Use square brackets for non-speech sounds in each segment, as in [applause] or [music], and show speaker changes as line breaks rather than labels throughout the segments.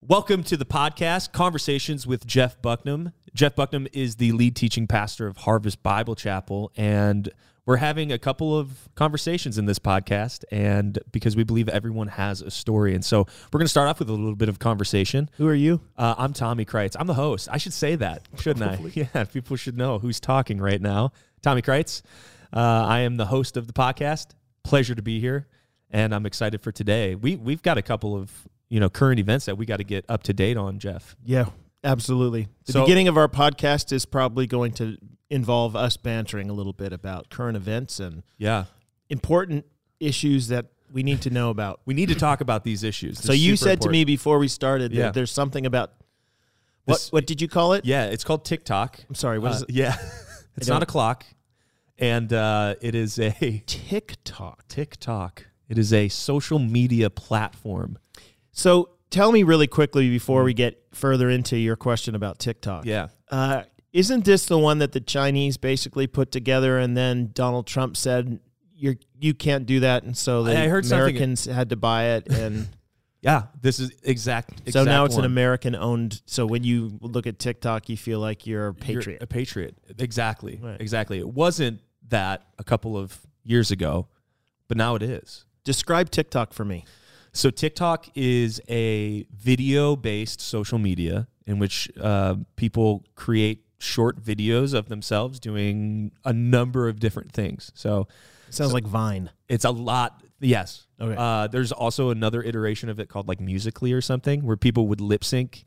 Welcome to the podcast, Conversations with Jeff Bucknam. Jeff Bucknam is the lead teaching pastor of Harvest Bible Chapel, and we're having a couple of conversations in this podcast, and because we believe everyone has a story, and so we're going to start off with a little bit of conversation.
Who are you?
Uh, I'm Tommy Kreitz. I'm the host. I should say that, shouldn't I? [laughs] Yeah, people should know who's talking right now. Tommy Kreitz. Uh, I am the host of the podcast. Pleasure to be here, and I'm excited for today. We we've got a couple of you know current events that we got to get up to date on, Jeff.
Yeah, absolutely. The
So-
beginning of our podcast is probably going to involve us bantering a little bit about current events and
Yeah,
important issues that we need to
[laughs]
know about.
we need to talk about these issues.
so you said to me before we started that
Yeah.
there's something about what
This-
what did you call it?
yeah, it's called TikTok.
I'm sorry, what
Uh,
is it? [laughs]
yeah, [laughs] it's not
don't-
a clock, and uh, it is a
[laughs] TikTok.
TikTok. It is a social media platform.
So tell me really quickly before we get further into your question about TikTok.
hmm. Yeah.
Uh, isn't this the one that the Chinese basically put together, and then Donald Trump said you you can't do that, and so the
I heard something-
Americans had to buy it,
[laughs]
and
Yeah, this is exact. exact
so now it's
one.
an American owned. So when you look at TikTok, you feel like you're a
You're
patriot.
a patriot. Exactly.
Right.
Exactly. It wasn't that a couple of years ago, but now it is.
Describe TikTok for me.
So TikTok is a video-based social media in which uh, people create short videos of themselves doing a number of different things. So
sounds like Vine.
it's a lot. Yes.
Okay.
Uh, there's also another iteration of it called like Musically or something, where people would lip sync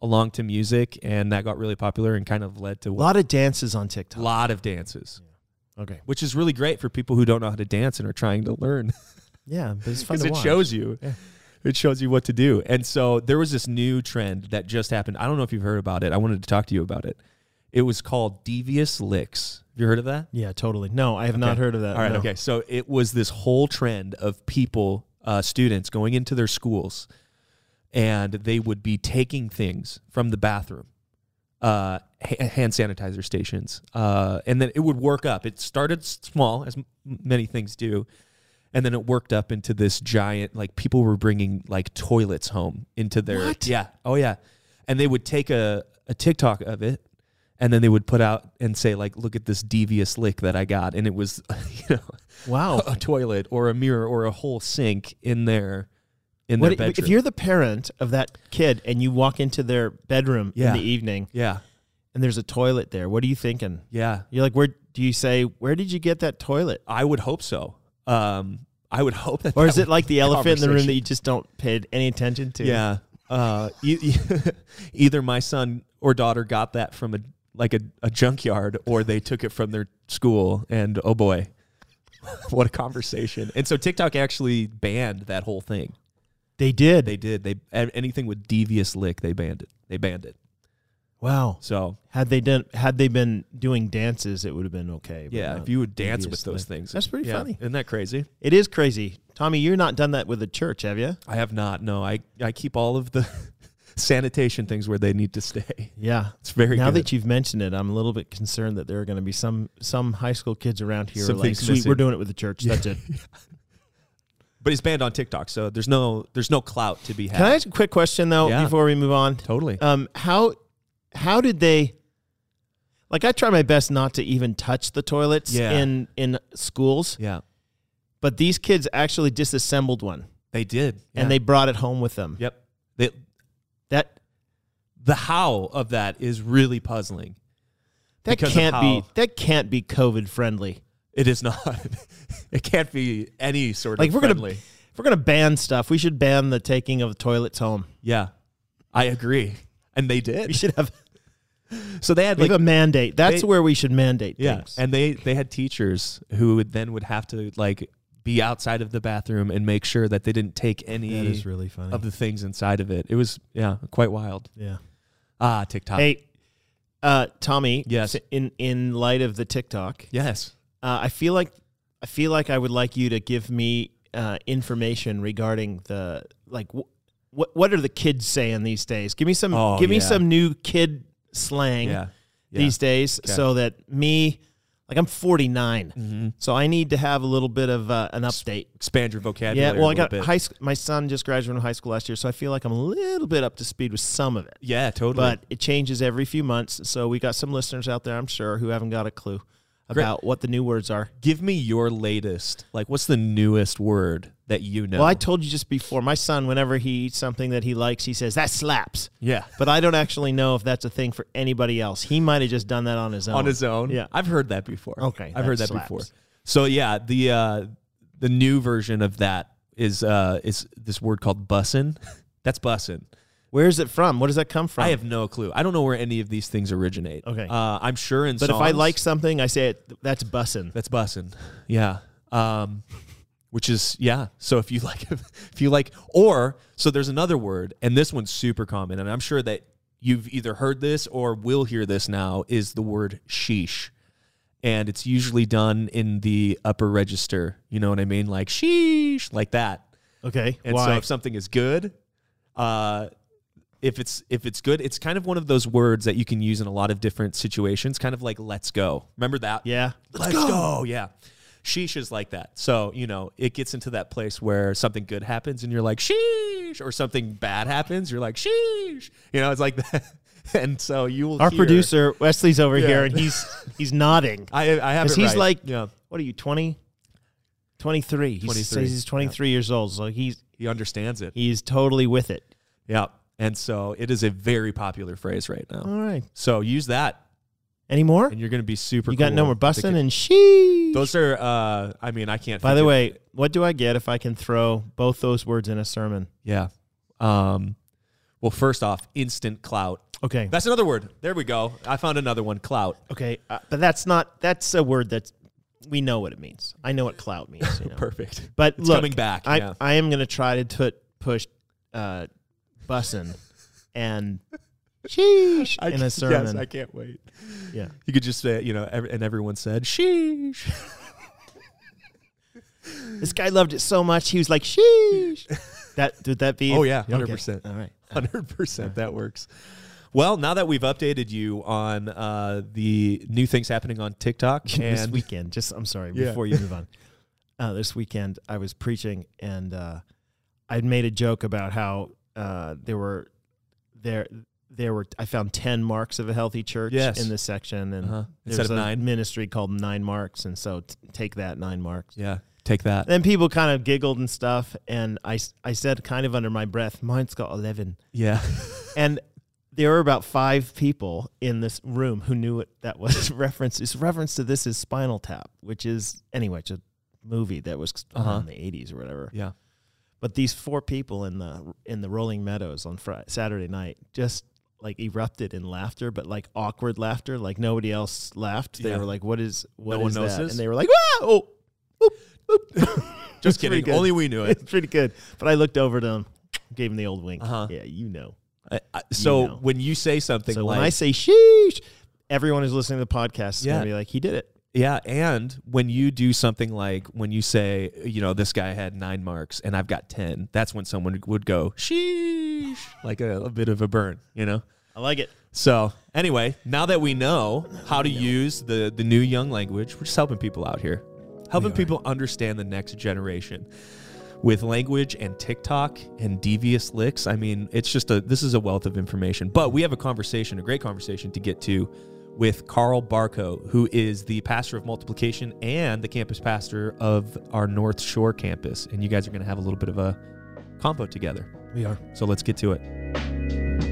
along to music, and that got really popular and kind of led to
A lot of dances on TikTok.
a lot of dances.
Okay.
which is really great for people who don't know how to dance and are trying to learn
Yeah,
[laughs]
but it's [laughs] fun
because
to
it
watch.
shows you
Yeah.
it shows you what to do and so there was this new trend that just happened i don't know if you've heard about it i wanted to talk to you about it it was called devious licks have you heard of that
Yeah, totally. No, I have not heard of that.
all right
Uh, no.
okay so it was this whole trend of people uh, students going into their schools and they would be taking things from the bathroom uh, ha- hand sanitizer stations uh, and then it would work up it started s- small as m- many things do and then it worked up into this giant like people were bringing like toilets home into their
What?
yeah oh yeah and they would take a, a tiktok of it and then they would put out and say like look at this devious lick that i got and it was [laughs] you know [laughs]
Wow.
a toilet or a mirror or a whole sink in their in
What,
their bedroom
if you're the parent of that kid and you walk into their bedroom
Yeah.
in the evening
yeah
and there's a toilet there, what are you thinking?
yeah
You're like, where do you say, where did you get that toilet?
i would hope so um i would [laughs] hope that
Or
that
is it like
[laughs]
the elephant in the room
conversation.
that you just don't pay any attention to?
Yeah. Uh, e- [laughs] either my son or daughter got that from a like a, a junkyard, or they took it from their school. And oh boy, [laughs] what a conversation! And so TikTok actually banned that whole thing.
They did.
They did. They a- anything with devious lick, they banned it. They banned it.
wow.
So
Had they done had they been doing dances, it would have been okay. but
yeah,
not
if you would dance with
devious
those
lick.
things,
That's pretty
yeah,
funny.
Isn't that crazy?
It is crazy. Tommy, you're not done that with the church, have you?
I have not. No, I I keep all of the [laughs] sanitation things where they need to stay.
Yeah.
It's very
now
good.
that you've mentioned it, I'm a little bit concerned that there are going to be some some high school kids around here who are like,
Something's
sweet, we're
missing."
doing it with the church.
[laughs]
That's it.
but it's banned on TikTok, so there's no there's no clout to be had.
Can I ask a quick question though
Yeah.
before we move on?
Totally.
Um, how how did they? Like, I try my best not to even touch the toilets
Yeah.
in in schools,
yeah.
but these kids actually disassembled one
They did.
and they brought it home with them.
Yep. They,
That
the how of that is really puzzling.
that
Because of
can't be
how-
that can't be COVID friendly.
It is not. [laughs] it can't be any sort
Like
of
we're
friendly.
gonna if we're gonna ban stuff, we should ban the taking of toilets home. [laughs]
yeah. I agree. And they
We
did.
should have
So they had [laughs]
we
like
have a mandate. That's
they-
where we should mandate
yeah,
things.
and they they had teachers who would then would have to like be outside of the bathroom and make sure that they didn't take
that
any
is really funny.
of the things inside of it. It was yeah, quite wild.
yeah.
Ah, TikTok.
Hey, uh, Tommy.
Yes.
In in light of the TikTok,
Yes.
uh, I feel like I feel like I would like you to give me uh, information regarding the like wh- what what are the kids saying these days? Give me some
Oh,
give me
yeah.
some new kid slang
Yeah. Yeah.
these days,
Okay.
so that me Like I'm 49,
Mm-hmm.
so I need to have a little bit of uh, an update.
Expand your vocabulary.
Yeah, well,
a
I got
little bit.
high. Sc- my son just graduated from high school last year, so I feel like I'm a little bit up to speed with some of it.
Yeah, totally.
But it changes every few months, so we got some listeners out there, I'm sure, who haven't got a clue
Great.
about what the new words are.
Give me your latest. Like, what's the newest word that you know?
Well, I told you just before, my son, whenever he eats something that he likes, he says that slaps.
yeah,
But I don't actually know if that's a thing for anybody else. He might have just done that on his own.
on his own.
Oh. Yeah.
I've heard that before.
Okay,
I've heard that
that slaps.
before. So yeah, the uh, the new version of that is uh, is this word called bussin. That's bussin.
Where is it from? What does that come from?
I have no clue. I don't know where any of these things originate.
Oh. Okay.
uh, I'm sure in
but if I
songs-
like something, I say it, that's bussin.
That's bussin. Yeah. Um, which is yeah. So if you [laughs] like, if you like, or so there's another word, and this one's super common, and I'm sure that you've either heard this or will hear this now is the word sheesh, and it's usually done in the upper register. You know what I mean? Like sheesh, like that.
Okay.
And so
Why?
if something is good, uh, if it's if it's good, it's kind of one of those words that you can use in a lot of different situations, kind of like let's go. Remember that?
yeah.
Let's, go. Yeah. Sheesh is like that. So, you know, it gets into that place where something good happens and you're like, sheesh, or something bad happens, you're like, sheesh. You know, it's like that. [laughs] And so you will
Our
hear-
producer Wesley's over
Yeah.
here, and [laughs] he's he's nodding.
I, I have
'Cause
it
he's
right.
like-
yeah,
What are you 20? 23. He
23,
says he's 23 years old, so he's
he understands it.
he's totally with it.
Yeah. And so it is a very popular phrase right now.
All right.
So use that
Any more?
and you're going to be super
You got
cool.
no more
They
bussin
can-
and she.
Those are, uh, I mean, I can't.
By the
think of-
way, what do I get if I can throw both those words in a sermon?
yeah. Um, well, first off, instant clout.
Okay.
That's another word. There we go. I found another one. Clout.
Okay, uh, but that's not that's a word that's we know what it means. I know what clout
[laughs]
means. You know?
Perfect.
But
It's
look,
coming back,
I
yeah.
I am gonna try to tut push, uh, bussin,
[laughs]
and sheesh in a sermon.
I can't wait.
yeah,
You could just say, you know, every, and everyone said, sheesh. [laughs]
this guy loved it so much. He was
[laughs]
like sheesh. That would that be?
Oh, yeah,
Okay,
100%.
All right.
100% that works. Well, now that we've updated you on uh, the new things happening on
[laughs]
TikTok
this
and
weekend, just I'm sorry,
Yeah.
before you
[laughs]
move on. Uh, this weekend I was preaching and uh, I'd made a joke about how uh, there were there there were I found ten marks of a healthy church
Yes.
in this section and
Uh-huh.
there's
Instead of
a
nine.
ministry called Nine Marks and so t- take that nine marks.
yeah, take that.
Then people kind of giggled and stuff and I s- I said kind of under my breath, mine's got eleven
Yeah.
[laughs] and there were about five people in this room who knew what that was [laughs] reference. It's reference to this is Spinal Tap, which is anyway, it's a movie that was
Uh-huh.
in the eighties or whatever.
Yeah.
But these four people in the in the Rolling Meadows on Friday, Saturday night just like erupted in laughter, but like awkward laughter, like nobody else laughed. They
Yeah.
were like, "What is what
one
is
knows
that?"
this?
And they were like, "Ah, "Oh, boop, [laughs] boop." It's
oh. Just
pretty
kidding.
good.
Only we knew it.
[laughs] [laughs] it's pretty good." But I looked over to them, gave them the old wink.
Uh-huh.
Yeah, you know.
I, I, so
You know.
when you say something
So
like,
when I say sheesh, everyone who's listening to the podcast is
Yeah.
gonna be like, he did it.
Yeah, and when you do something like when you say, you know, this guy had nine marks and I've got ten, that's when someone would go, sheesh, like a, a bit of a burn, you know.
I like it.
So anyway, now that we know how to use the the new young language, we're just helping people out here, helping people understand the next generation with language and TikTok and devious licks. I mean, it's just a this is a wealth of information. But we have a conversation, a great conversation to get to with Carl Barco, who is the pastor of multiplication and the campus pastor of our North Shore campus. And you guys are going to have a little bit of a combo together.
We are.
So let's get to it.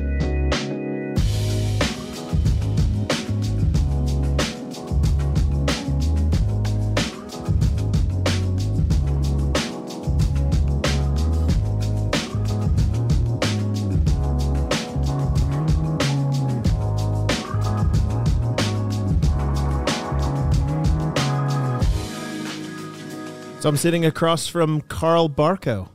So I'm sitting across from Carl Barco.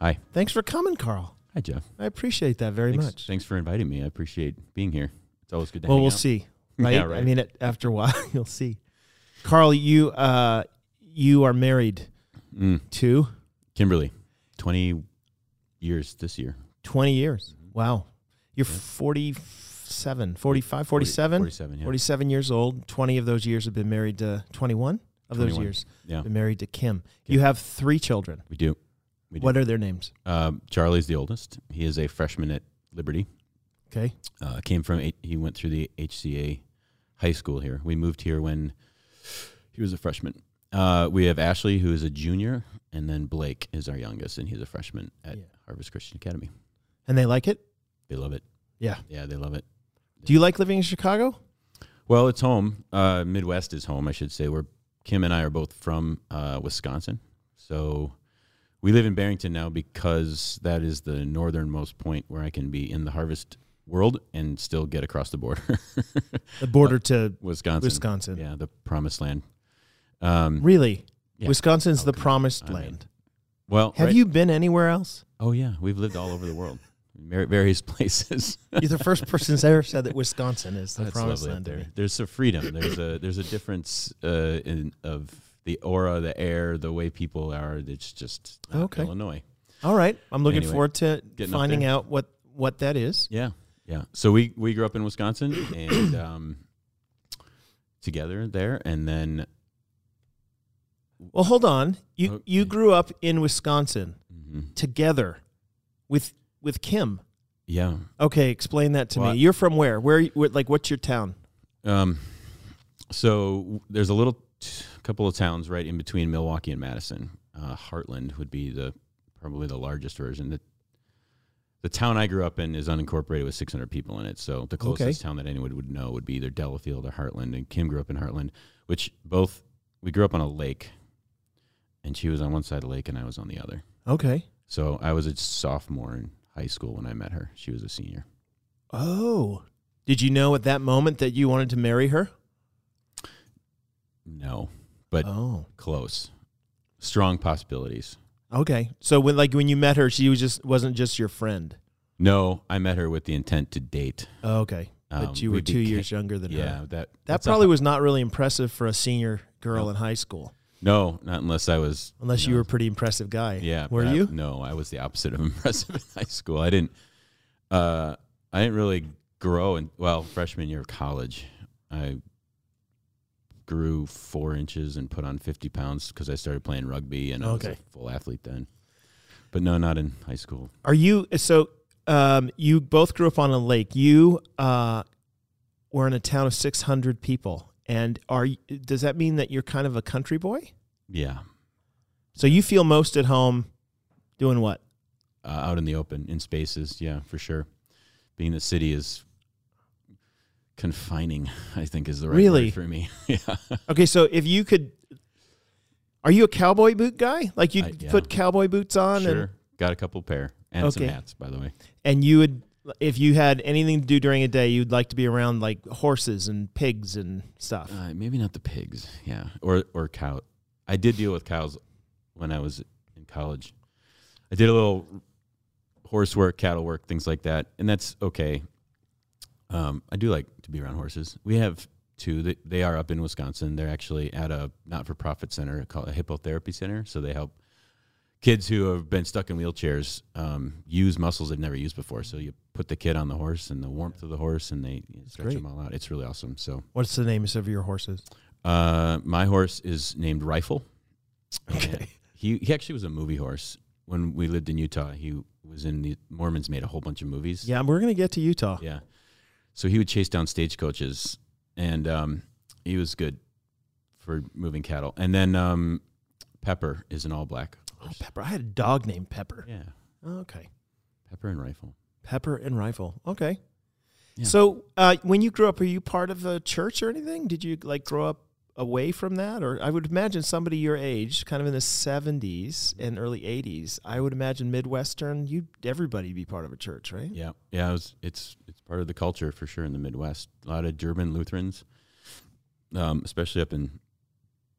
Hi.
Thanks for coming, Carl.
Hi, Jeff.
I appreciate that very
Thanks,
much.
thanks for inviting me. I appreciate being here. It's always good to
Well,
hang
we'll
out.
see.
[laughs] Yeah,
Right? I
right.
mean, it, after a while, [laughs] you'll see. Carl, you uh, you are married
Mm.
to
Kimberly, 20 years this year. Mm-hmm.
20 years. Wow, you're 40. 47, 45, 47,
47, yeah.
47 years old. 20 of those years have been married to 21 of those
21.
years
Yeah,
been married to Kim.
Kim.
You have three children.
we do. We do.
What are their names?
Um, Charlie's the oldest. He is a freshman at Liberty.
Okay.
Uh, came from H- he went through the HCA high school here. We moved here when he was a freshman. Uh, we have Ashley, who is a junior, and then Blake is our youngest, and he's a freshman at
Yeah.
Harvest Christian Academy.
And they like it?
They love it.
Yeah.
Yeah, they love it.
Do you like living in Chicago?
Well, it's home. Uh, Midwest is home, I should say. Where Kim and I are both from uh, Wisconsin, so we live in Barrington now because that is the northernmost point where I can be in the harvest world and still get across the border, [laughs]
The border to
Wisconsin.
Wisconsin.
Yeah, the promised land. Um,
Really?
Yeah.
Wisconsin's the
Okay.
promised
I'm in.
land.
well,
Have
right-
you been anywhere else?
Oh yeah, we've lived all over the world, [laughs] Mar- various [laughs] places.
You're the first person that's ever said that Wisconsin is the
That's
promised
lovely up
land to me.
there. There's a freedom. There's a there's a difference uh, in of the aura, the air, the way people are. It's just not
Okay.
Illinois.
All right. I'm looking
Anyway,
forward to
getting up
finding
there.
out what, what that is.
Yeah, yeah. So we we grew up in Wisconsin [coughs] and um, together there, and then
Well, hold on. You you
Okay.
grew up in Wisconsin
mhm.
together with with Kim.
yeah,
Okay, explain that to
Well, I-
me. You're from where? Where, where like what's your town?
Um, so there's a little t- couple of towns right in between Milwaukee and Madison. Uh, Heartland would be the probably the largest version. The, the town I grew up in is unincorporated with 600 people in it. So the closest
Okay.
town that anyone would know would be either Delafield or Heartland. And Kim grew up in Heartland, which both we grew up on a lake, and she was on one side of the lake and I was on the other.
Okay.
So I was a sophomore in high school when I met her. She was a senior.
Oh. Did you know at that moment that you wanted to marry her?
No, but
Oh.
close. Strong possibilities.
Okay. So when like when you met her, she was just wasn't just your friend.
No, I met her with the intent to date.
Oh, okay.
Um,
but you
we
were 2
beca-
years younger than her.
Yeah, that
That
that's a
probably
hot-
was not really impressive for a senior girl
No.
in high school.
no, not unless I was
Unless you
no.
were a pretty impressive guy.
Yeah,
Were
but I-
you?
no, I was the opposite of [laughs] impressive in high school. I didn't. Uh, I didn't really grow, and well, freshman year of college, I grew four inches and put on fifty pounds because I started playing rugby, and I was
Okay.
a full athlete then. But no, not in high school.
Are you so? Um, you both grew up on a lake. You uh, were in a town of six hundred people, and are y- does that mean that you're kind of a country boy?
Yeah,
So you feel most at home doing what?
uh, out in the open in spaces. Yeah, for sure. Being in the city is confining. [laughs] I think is the right
Really?
word for me. yeah,
Okay, so if you could, are you a cowboy boot guy? Like you
I-
would
yeah.
put cowboy boots on, and
sure. Got a couple pair and some
Okay.
hats, by the way.
and you would, if you had anything to do during a day, you'd like to be around like horses and pigs and stuff.
Uh, maybe not the pigs. Yeah, or or cow. I did deal with cows when I was in college. I did a little horse work, cattle work, things like that, and that's okay. Um, I do like to be around horses. We have two. That they are up in Wisconsin. They're actually at a not-for-profit center called a hippotherapy center, so they help kids who have been stuck in wheelchairs um, use muscles they've never used before. So you put the kid on the horse and the warmth of the horse, and they stretch
great.
them all out. It's really awesome. So
What's the names of your horses?
uh, my horse is named Rifle.
Okay.
He he actually was a movie horse when we lived in Utah. He was in the Mormons made a whole bunch of movies.
[laughs] Yeah, we're gonna get to Utah.
Yeah. So he would chase down stagecoaches and um, he was good for moving cattle. And then um, Pepper is an all black.
Oh, Pepper. I had a dog named Pepper.
Yeah.
Oh, okay.
Pepper and Rifle.
Pepper and Rifle. Okay.
Yeah.
So, uh, when you grew up, were you part of a church or anything? Did you like grow up away from that? Or I would imagine somebody your age, kind of in the 70s and early 80s, I would imagine Midwestern, you'd everybody be part of a church, right?
Yeah. Yeah, it was, it's it's part of the culture for sure in the Midwest. A lot of German Lutherans, um, especially up in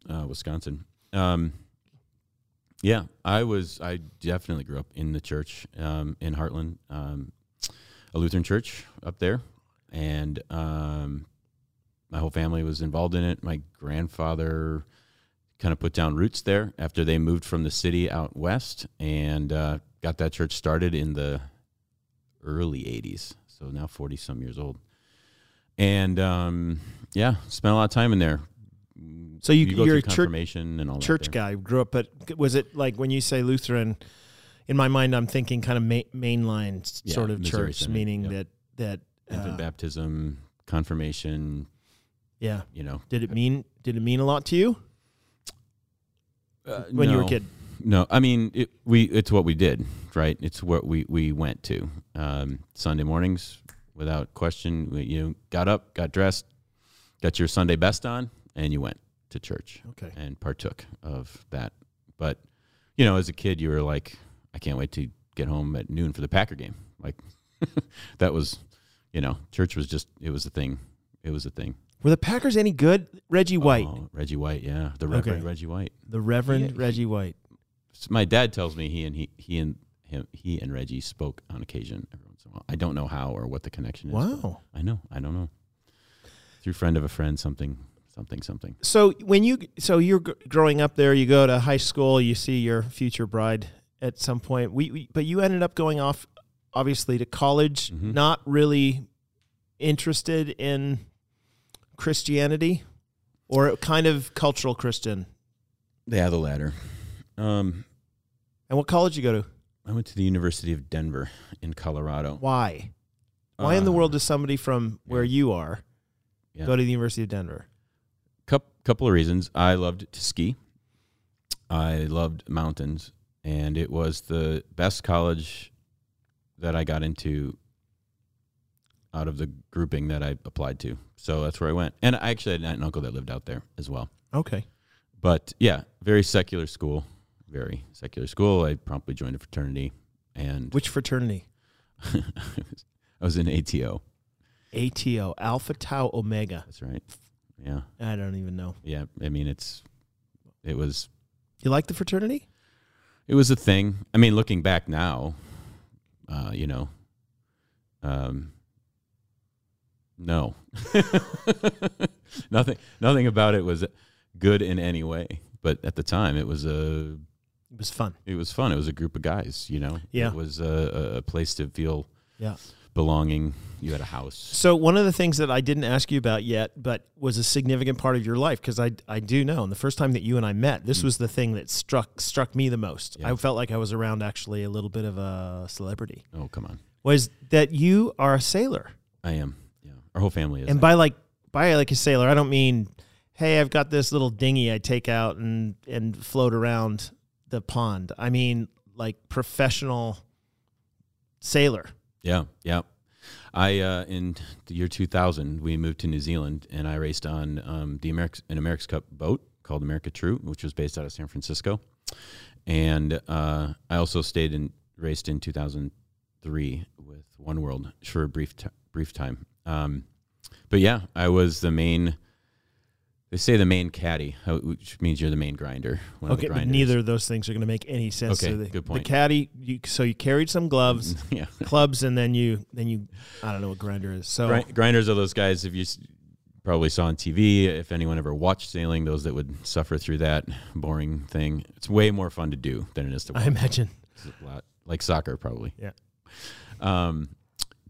uh, Wisconsin. Um, yeah, I was I definitely grew up in the church um, in Heartland, um, a Lutheran church up there, and um, my whole family was involved in it. My grandfather kind of put down roots there after they moved from the city out west and uh, got that church started in the early 80s. So now 40 some years old. and um, yeah, spent a lot of time in there.
So you,
You go
you are
through
a church
confirmation and all
church
that.
guy grew up but was it like when you say lutheran in my mind i'm thinking kind of ma- mainline s-
Yeah,
sort of
Missouri
church
Synod,
meaning
yeah.
that that
Infant
uh,
baptism, confirmation.
yeah
You know,
did it mean did it mean a lot to you Uh, when you were a
no.
kid
No, I mean it, we. It's what we did, right? It's what we we went to um, Sunday mornings without question. We, you got up, got dressed, got your Sunday best on, and you went to church
okay
and partook of that. But you know, as a kid, you were like, I can't wait to get home at noon for the Packer game. Like [laughs] that was, you know, church was just it was a thing. It was a thing.
were the packers any good reggie white
Oh, Reggie White, yeah, the Reverend
Okay.
Reggie White.
the reverend
He- he-
reggie white
So my dad tells me he and he he and him he and Reggie spoke on occasion every once in a while. I don't know how or what the connection is. but
wow
I know. I don't know. Through friend of a friend, something, something, something.
so when you so you're gr- growing up there you go to high school you see your future bride at some point we, we but you ended up going off obviously to college
Mhm.
not really interested in christianity or kind of cultural christian
Yeah, the latter. Um,
and what college you go to
I went to the University of Denver in Colorado.
why why in the
Uh,
world does somebody from where you are
Yeah.
go to the university of denver
Couple couple of reasons. I loved to ski. I loved mountains, and it was the best college that I got into out of the grouping that I applied to. So that's where I went. And I actually had an aunt and uncle that lived out there as well.
okay
But yeah, very secular school. Very secular school. I promptly joined a fraternity, and [laughs]
which fraternity
I was in ATO.
ato alpha tau omega
That's right. Yeah,
i don't even know
yeah. I mean, it's it was
you like the fraternity
it was a thing. I mean, looking back now, uh, you know, um, no, [laughs] nothing, nothing about it was good in any way. But at the time, it was a,
it was fun
it was fun. It was a group of guys, you know.
Yeah.
it was a, a- a place to feel,
Yeah.
belonging. You had a house.
So one of the things that I didn't ask you about yet, but was a significant part of your life, because I I do know, and the first time that you and I met, this was the thing that struck struck me the most.
Yeah.
I felt like I was around actually a little bit of a celebrity.
Oh, come on,
Was that you are a sailor,
I am. Yeah, our whole family is.
and by like by like a sailor, I don't mean, hey, I've got this little dinghy I take out and and float around the pond. I mean like professional sailor.
Yeah, yeah. I uh, in the year 2000 we moved to New Zealand and I raced on um, the America an America's Cup boat called America True, which was based out of San Francisco, and uh, I also stayed and raced in 2003 with One World for a brief t- brief time. Um, but yeah, I was the main. They say the main caddy, uh, which means you're the main grinder. One of the
Okay, but
grinders.
neither of those things are going to make any sense.
Okay,
so the,
good point.
The caddy, you, so you carried some gloves,
[laughs] [laughs] yeah.
clubs, and then you, then you, I don't know what grinder is. So
Gri- grinders are those guys if you s- probably saw on TV. If anyone ever watched sailing, those that would suffer through that boring thing. It's way more fun to do than it is to watch.
I imagine.
It's a lot like soccer, probably.
Yeah.
Um,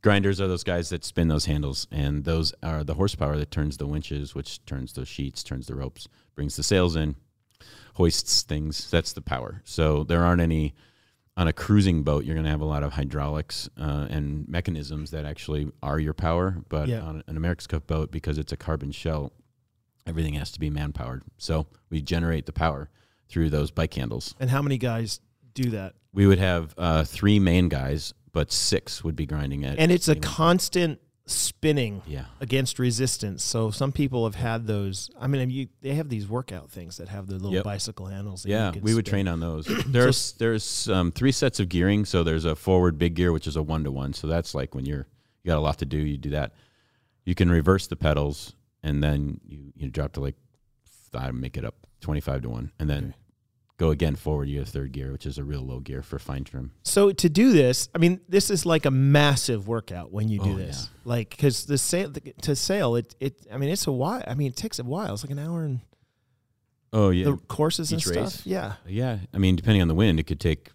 grinders are those guys that spin those handles, and those are the horsepower that turns the winches, which turns the sheets, turns the ropes, brings the sails in, hoists things. That's the power. So there aren't any on a cruising boat. You're going to have a lot of hydraulics uh, and mechanisms that actually are your power. But
Yeah.
on an America's Cup boat, because it's a carbon shell, everything has to be man powered. So we generate the power through those bike handles
And how many guys do that?
we would have uh, three main guys, but six would be grinding it.
And it's a constant spinning
yeah,
against resistance. So some people have had those. I mean, you, they have these workout things that have the little
Yep.
bicycle handles. that you
yeah,
can
we would
spin.
train
[clears throat]
on those. There's there's um, three sets of gearing. So there's a forward big gear, which is a one to one. So that's like when you're you got a lot to do, you do that. You can reverse the pedals, and then you you drop to like I make it up twenty five to one, and then.
Okay.
Go again forward. You have third gear, which is a real low gear for fine trim.
So to do this, I mean, this is like a massive workout when you do
Oh,
this, like because the sail to sail it it. I mean, it's a while. I mean, it takes a while. It's like an hour and
Oh yeah,
the courses and
Each
stuff.
race?
Yeah,
yeah. I mean, depending on the wind, it could take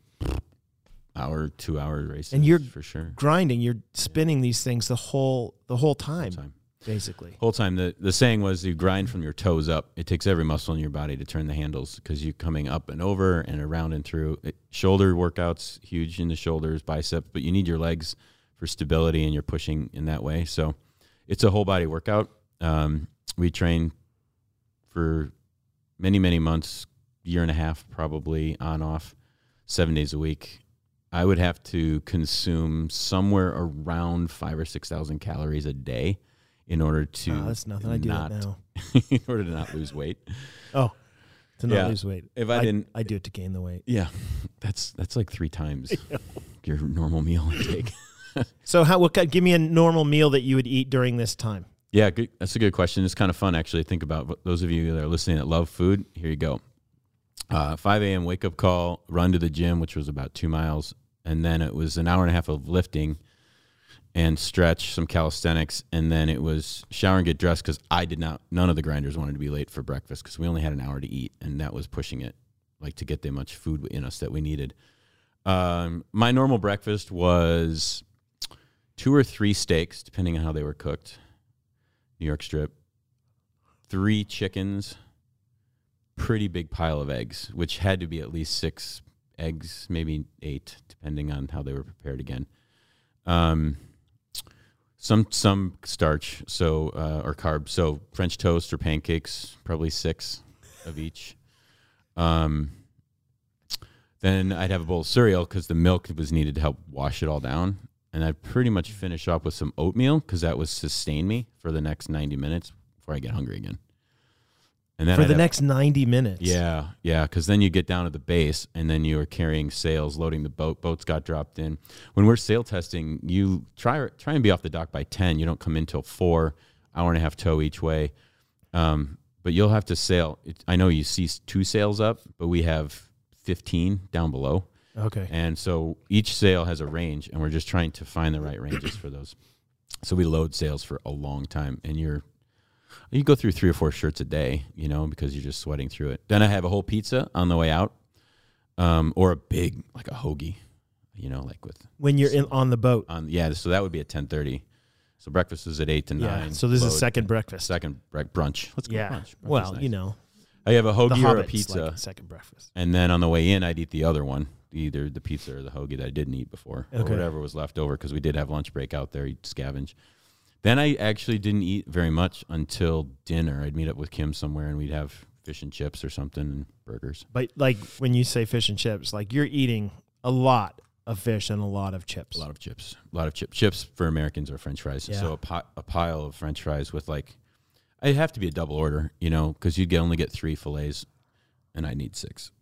hour, two hour races.
you're
for sure
grinding. You're spinning these things the whole the whole time.
time.
basically.
whole time the, the saying was you grind from your toes up it takes every muscle in your body to turn the handles because you're coming up and over and around and through it, shoulder workouts huge in the shoulders biceps but you need your legs for stability and you're pushing in that way so it's a whole body workout um, we trained for many many months year and a half probably on off seven days a week i would have to consume somewhere around five or six thousand calories a day in order to
Oh, that's nothing. I do
not,
that now.
[laughs] in order to not lose
[laughs]
weight.
Oh, to not
Yeah.
lose weight.
If I, didn't,
I do it to gain the weight.
yeah, that's that's like three
[laughs]
times your normal meal intake.
So, how? What? kind- Give me a normal meal that you would eat during this time.
yeah, good, that's a good question. It's kind of fun actually. to Think about But those of you that are listening that love food. Here you go. Uh, 5 a.m. wake up call, run to the gym, which was about two miles, and then it was an hour and a half of lifting and stretch, some calisthenics, and then it was shower and get dressed because I did not. None of the grinders wanted to be late for breakfast because we only had an hour to eat, and that was pushing it, like to get the much food in us that we needed. Um, my normal breakfast was two or three steaks, depending on how they were cooked, New York strip, three chickens, pretty big pile of eggs, which had to be at least six eggs, maybe eight, depending on how they were prepared again. Um, some some starch, so uh, or carbs, so French toast or pancakes, probably six of each. Um, then I'd have a bowl of cereal because the milk was needed to help wash it all down. And I'd pretty much finish up with some oatmeal because that would sustain me for the next 90 minutes before I get hungry again. And then
for
I'd
the
have-
next 90 minutes.
yeah, yeah, because then you get down to the base, and then you are carrying sails, loading the boat. Boats got dropped in. When we're sail testing, you try try and be off the dock by ten. You don't come in till four, hour and a half tow each way. Um, but you'll have to sail. It, I know you see s- two sails up, but we have fifteen down below,
Okay.
and so each sail has a range, and we're just trying to find the right ranges for those. So we load sails for a long time, and you're you go through three or four shirts a day, you know, because you're just sweating through it. Then I have a whole pizza on the way out, um, or a big like a hoagie, you know, like with
When you're in on the boat.
on yeah. So that would be at ten thirty. So breakfast is at eight to
Yeah.
nine.
So this is
load-
second breakfast.
second bre- brunch. Let's go
yeah.
brunch. Brunch is
well,
nice.
you know,
I have a
the
hoagie or a
hobbits
pizza,
like second breakfast.
and then on the way in, I'd eat the other one, either the pizza or the hoagie that I didn't eat before, or
Okay.
whatever was left over, because we did have lunch break out there, you'd scavenge. Then I actually didn't eat very much until dinner. I'd meet up with Kim somewhere, and we'd have fish and chips or something, and burgers.
But like when you say fish and chips, like you're eating a lot of fish and a lot of chips.
A lot of chips, a lot of chip chips for Americans are French fries.
Yeah.
So a, pi- a pile of French fries with like, it'd have to be a double order, you know, because you'd get only get three fillets, and I need six.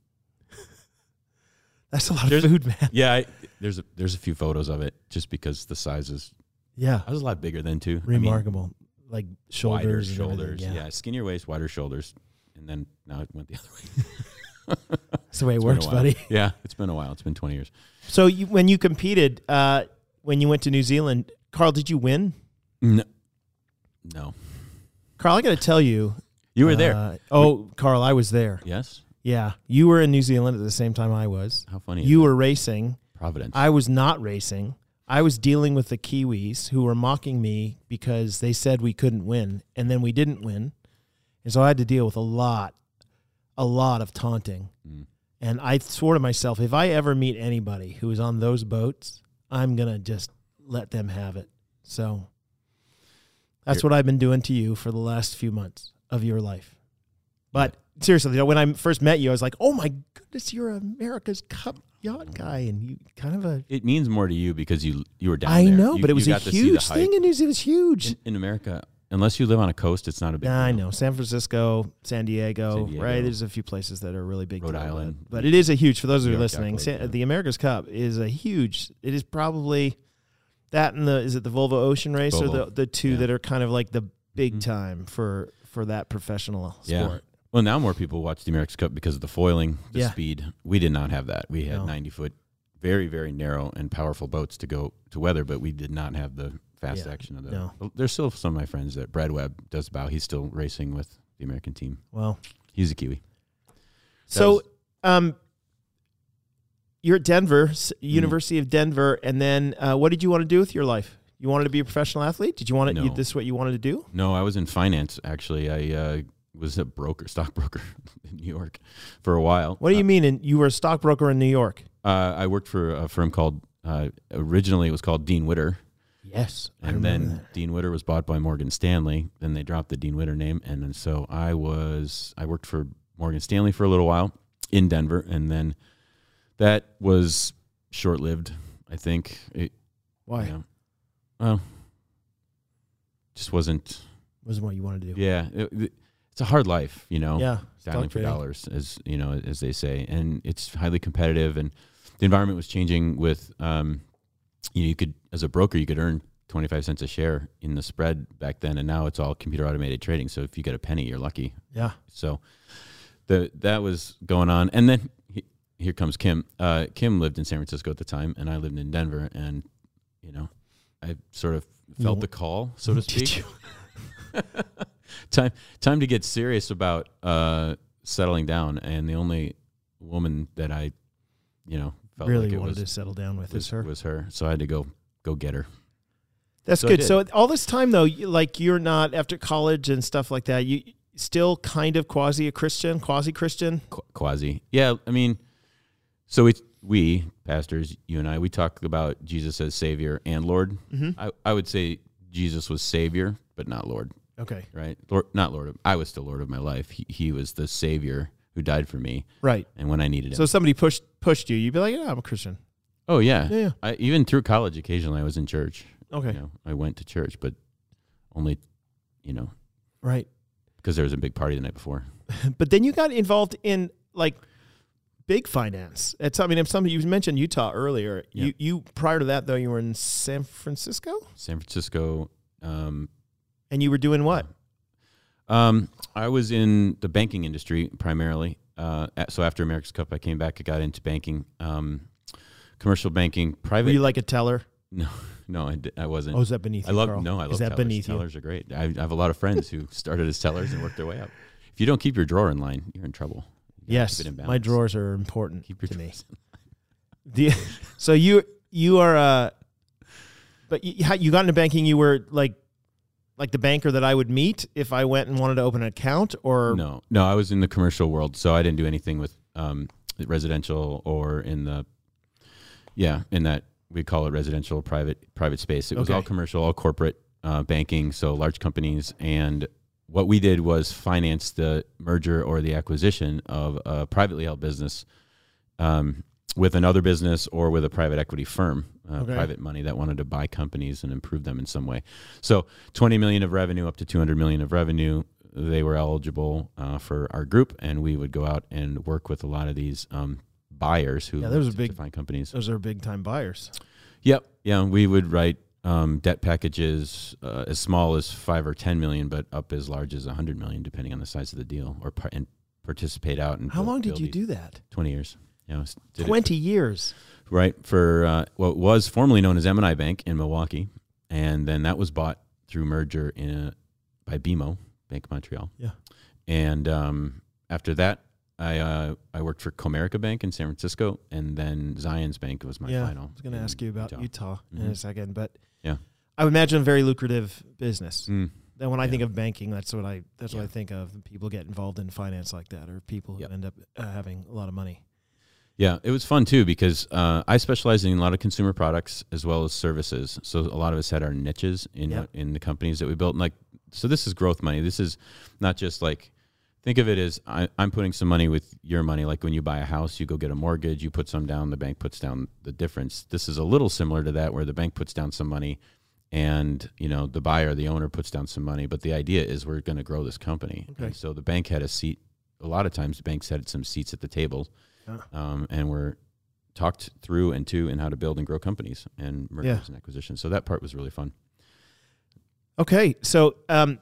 That's a lot
There's-
of food, [laughs] man.
Yeah, I, there's a there's a few photos of it just because the sizes.
Yeah.
I was a lot bigger then too. I mean,
Remarkable. like shoulders. and
wider
everything,
shoulders.
Yeah.
yeah. skinnier waist, wider shoulders, and then now it went the other way.
That's the way it
It's been a
works,
while.
buddy.
[laughs]
[laughs]
Yeah, it's been a while. It's been twenty years.
So you, when you competed, uh, when you went to New Zealand, Carl, did you win?
No, no.
Carl, I got to tell you.
you were there.
uh, oh, Carl, I was there.
yes.
Yeah. You were in New Zealand at the same time I was.
How funny.
You uh, were racing.
Providence.
I was not racing. I was dealing with the Kiwis who were mocking me because they said we couldn't win and then we didn't win. And so I had to deal with a lot, a lot of taunting.
Mm.
And I swore to myself, if I ever meet anybody who is on those boats, I'm going to just let them have it. So that's what I've been doing to you for the last few months of your life. But seriously, though, when I first met you, I was like, oh my goodness, you're America's Cup yacht guy. And you kind of a
it means more to you because you you were down
I
there.
know,
You-
but it was
you
a
got to see the
huge
hike.
thing in New Zealand. It's huge.
in, in America. Unless you live on a coast, it's not a big.
Nah, I
deal.
know. San Francisco, San Diego,
San Diego.
right? There's a few places that are really big.
Rhode
deal, but-
Island.
But it is a huge, for those of
New
you
York
listening,
Yacht Club,
San-
yeah.
the America's Cup is a huge, it is probably that and the, is it the Volvo Ocean Race or
Volvo.
the, the two
Yeah.
that are kind of like the big
Mhm.
time for, for that professional
Yeah.
sport.
Well, now more people watch the America's Cup because of the foiling, the
Yeah.
speed. We did not have that. We had
No.
90 foot, very, very narrow and powerful boats to go to weather, but we did not have the fast
Yeah.
action of the.
No.
There's still some of my friends that Brad Webb does bow. He's still racing with the American team.
Well,
He's a Kiwi.
so,
was-
um,
Mm-hmm.
you're at Denver, S University of Denver, and then uh, what did you want to do with your life? You wanted to be a professional athlete? Did you want to?
No.
You, this is what you wanted to do?
No, I was in finance actually. I uh, was a broker, [laughs] stockbroker in New York for a while.
What do you mean? And you were a stockbroker in New York?
Uh, I worked for a firm called uh, originally it was called Dean Witter,
Yes.
and then Dean Witter was bought by Morgan Stanley. Then they dropped the Dean Witter name, and, then so I was I worked for Morgan Stanley for a little while in Denver, and then that was short lived. I think it
why
yeah. well just wasn't
wasn't what you wanted to do?
yeah it- it's a hard life you know
yeah
dialing for
stockbroking.
dollars, as you know, as they say, and it's highly competitive, and the environment was changing. With um, you know, you could as a broker, you could earn twenty five cents a share in the spread back then, and now it's all computer automated trading. So if you get a penny, you're lucky.
Yeah.
So the that was going on, and then he, here comes Kim. Uh, Kim lived in San Francisco at the time, and I lived in Denver, and you know, I sort of felt
No.
the call, so to
[laughs] Did
speak
you-
time time to get serious about uh, settling down. And the only woman that I, you know, felt
really
like it
wanted
was
to settle down with
was
is her.
was her. So I had to go go get her.
That's
So I
good.
did.
So all this time though, you, like you're not after college and stuff like that. You still kind of quasi a Christian, quasi Christian.
Qu- quasi, yeah. I mean, so we we pastors, you and I, we talk about Jesus as Savior and Lord.
Mm-hmm.
I I would say Jesus was Savior, but not Lord.
Okay.
Right? Lord, not Lord. Of, I was still Lord of my life. He, he was the Savior who died for me,
Right.
and when I needed him.
So if somebody pushed pushed you. You'd be like, yeah, I'm a Christian.
oh yeah.
Yeah. yeah.
I, even through college, occasionally I was in church.
Okay.
you know, I went to church, but only, you know,
Right. [laughs]
because there was a big party the night before.
But then you got involved in like big finance. It's I mean, if somebody you mentioned Utah earlier.
Yeah.
You you prior to that though, you were in San Francisco
San Francisco. Um,
and you were doing what?
um, I was in the banking industry primarily. Uh, a- so after America's Cup, I came back. I got into banking, um, commercial banking,
Were
private.
you like a teller?
no, I, di- I wasn't.
Oh, is that beneath?
I
you,
love
Carl?
no, I love
Is that
tellers.
beneath you?
tellers are great. I, I have a lot of friends who [laughs] started as tellers and worked their way up. If you don't keep your drawer in line, you're in trouble. You gotta
Yes,
keep it in
my
balance.
drawers are important
Keep your
to me.
drawers.
[laughs] The- so you you are uh, but you, how- you got into banking. You were like like the banker that I would meet if I went and wanted to open an account, or
No, no, I was in the commercial world, so I didn't do anything with um, residential or in the yeah in that we call it residential private private space. It was
Okay.
all commercial, all corporate uh, banking, so large companies. And what we did was finance the merger or the acquisition of a privately held business um, with another business or with a private equity firm, uh,
Okay.
private money that wanted to buy companies and improve them in some way. So 20 million of revenue up to 200 million of revenue. They were eligible uh, for our group, and we would go out and work with a lot of these um, buyers who
Yeah, there was a
looked
big-
to find companies.
those are big time buyers.
Yep, yeah, we would write um, debt packages uh, as small as five or 10 million, but up as large as 100 million, depending on the size of the deal, or par- and participate out. And
How
build-
long did
build
you
these-
do that?
20 years. Yeah, did it for-
Twenty years.
right for uh, what was formerly known as M&I Bank in Milwaukee, and then that was bought through merger in, uh, by BMO Bank of Montreal.
Yeah.
and um, after that, I uh, I worked for Comerica Bank in San Francisco, and then Zion's Bank was my
yeah,
final.
I was going to ask you about Utah, in a
Mhm.
second, but
Yeah.
I would imagine a very lucrative business.
Mm.
Then when I
Yeah.
think of banking, that's what I that's what I
Yeah.
think of. People get involved in finance like that, or people
Yep.
who end up uh, having a lot of money.
Yeah, it was fun too because uh, I specialized in a lot of consumer products as well as services. So a lot of us had our niches in uh,
Yep.
in the companies that we built. And like, so this is growth money. This is not just like think of it as I, I'm putting some money with your money. Like when you buy a house, you go get a mortgage, you put some down, the bank puts down the difference. This is a little similar to that, where the bank puts down some money, and you know the buyer, the owner, puts down some money. But the idea is we're going to grow this company.
Okay.
And so the bank had a seat. A lot of times, banks had some seats at the table um, and were talked through and to and how to build and grow companies and mergers
Yeah.
and acquisitions. So that part was really fun.
Okay, so um,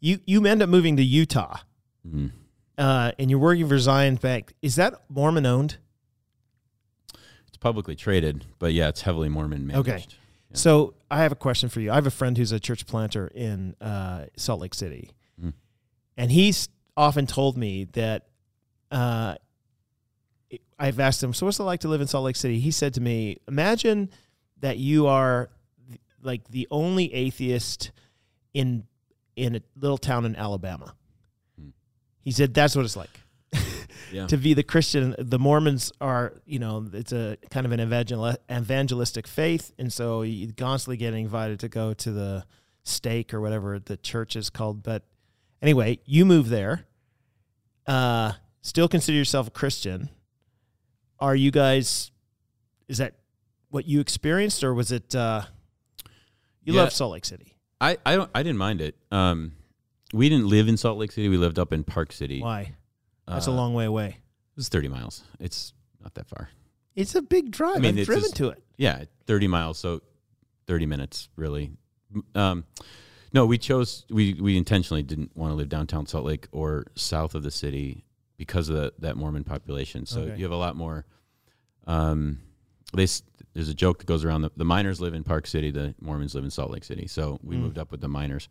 you you end up moving to Utah,
Mm.
uh, and you're working for Zion Bank. Is that Mormon owned?
It's publicly traded, but yeah, it's heavily Mormon managed.
Okay.
Yeah.
So I have a question for you. I have a friend who's a church planter in uh, Salt Lake City,
Mm.
and he's often told me that. Uh, I've asked him, so what's it like to live in Salt Lake City? He said to me, imagine that you are like the only atheist in in a little town in Alabama.
Hmm.
He said that's what it's like
Yeah.
to be the Christian. The Mormons are, you know, it's a kind of an evangel- evangelistic faith, and so you constantly get invited to go to the stake or whatever the church is called. But anyway, you move there. Uh, still consider yourself a Christian. Are you guys? Is that what you experienced, or was it? Uh, you
Yeah.
love Salt Lake City.
I, I don't I didn't mind it. Um, we didn't live in Salt Lake City. We lived up in Park City.
Why? That's
Uh,
a long way away.
It was thirty miles. It's not that far.
It's a big drive. I
I mean,
have
it's
driven
just-
to it.
Yeah, thirty miles. So thirty minutes really. M- Um, no, we chose we we intentionally didn't want to live downtown Salt Lake or south of the city because of the, that Mormon population. So
Okay.
you have a lot more. Um, they s- there's a joke that goes around the, the miners live in Park City, the Mormons live in Salt Lake City. So we
Mm.
moved up with the miners,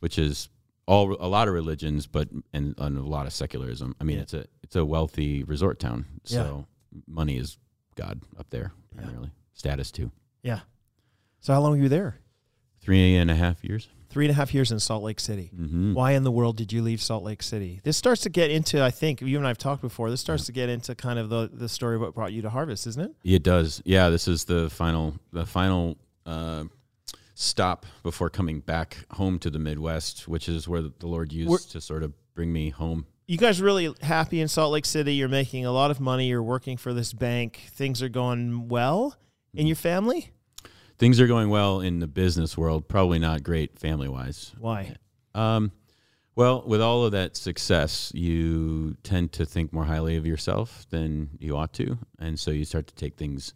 which is all a lot of religions, but and, and a lot of secularism. I mean,
Yeah.
it's a it's a wealthy resort town,
Yeah.
so money is god up there
Yeah.
primarily. Status too.
So how long were you there?
Three and a half years.
Three and a half years in Salt Lake City.
Mm-hmm.
Why in the world did you leave Salt Lake City? This starts to get into, I think, you and I have talked before. This starts to get into kind of the, the story of what brought you to Harvest, isn't it?
It does. Yeah, this is the final the final uh, stop before coming back home to the Midwest, which is where the Lord used
We're-
to sort of bring me home.
You guys are really happy in Salt Lake City. You're making a lot of money. You're working for this bank. Things are going well
Hmm.
in your family.
Things are going well in the business world, probably not great family wise.
Why?
Um, well, with all of that success, you tend to think more highly of yourself than you ought to, and so you start to take things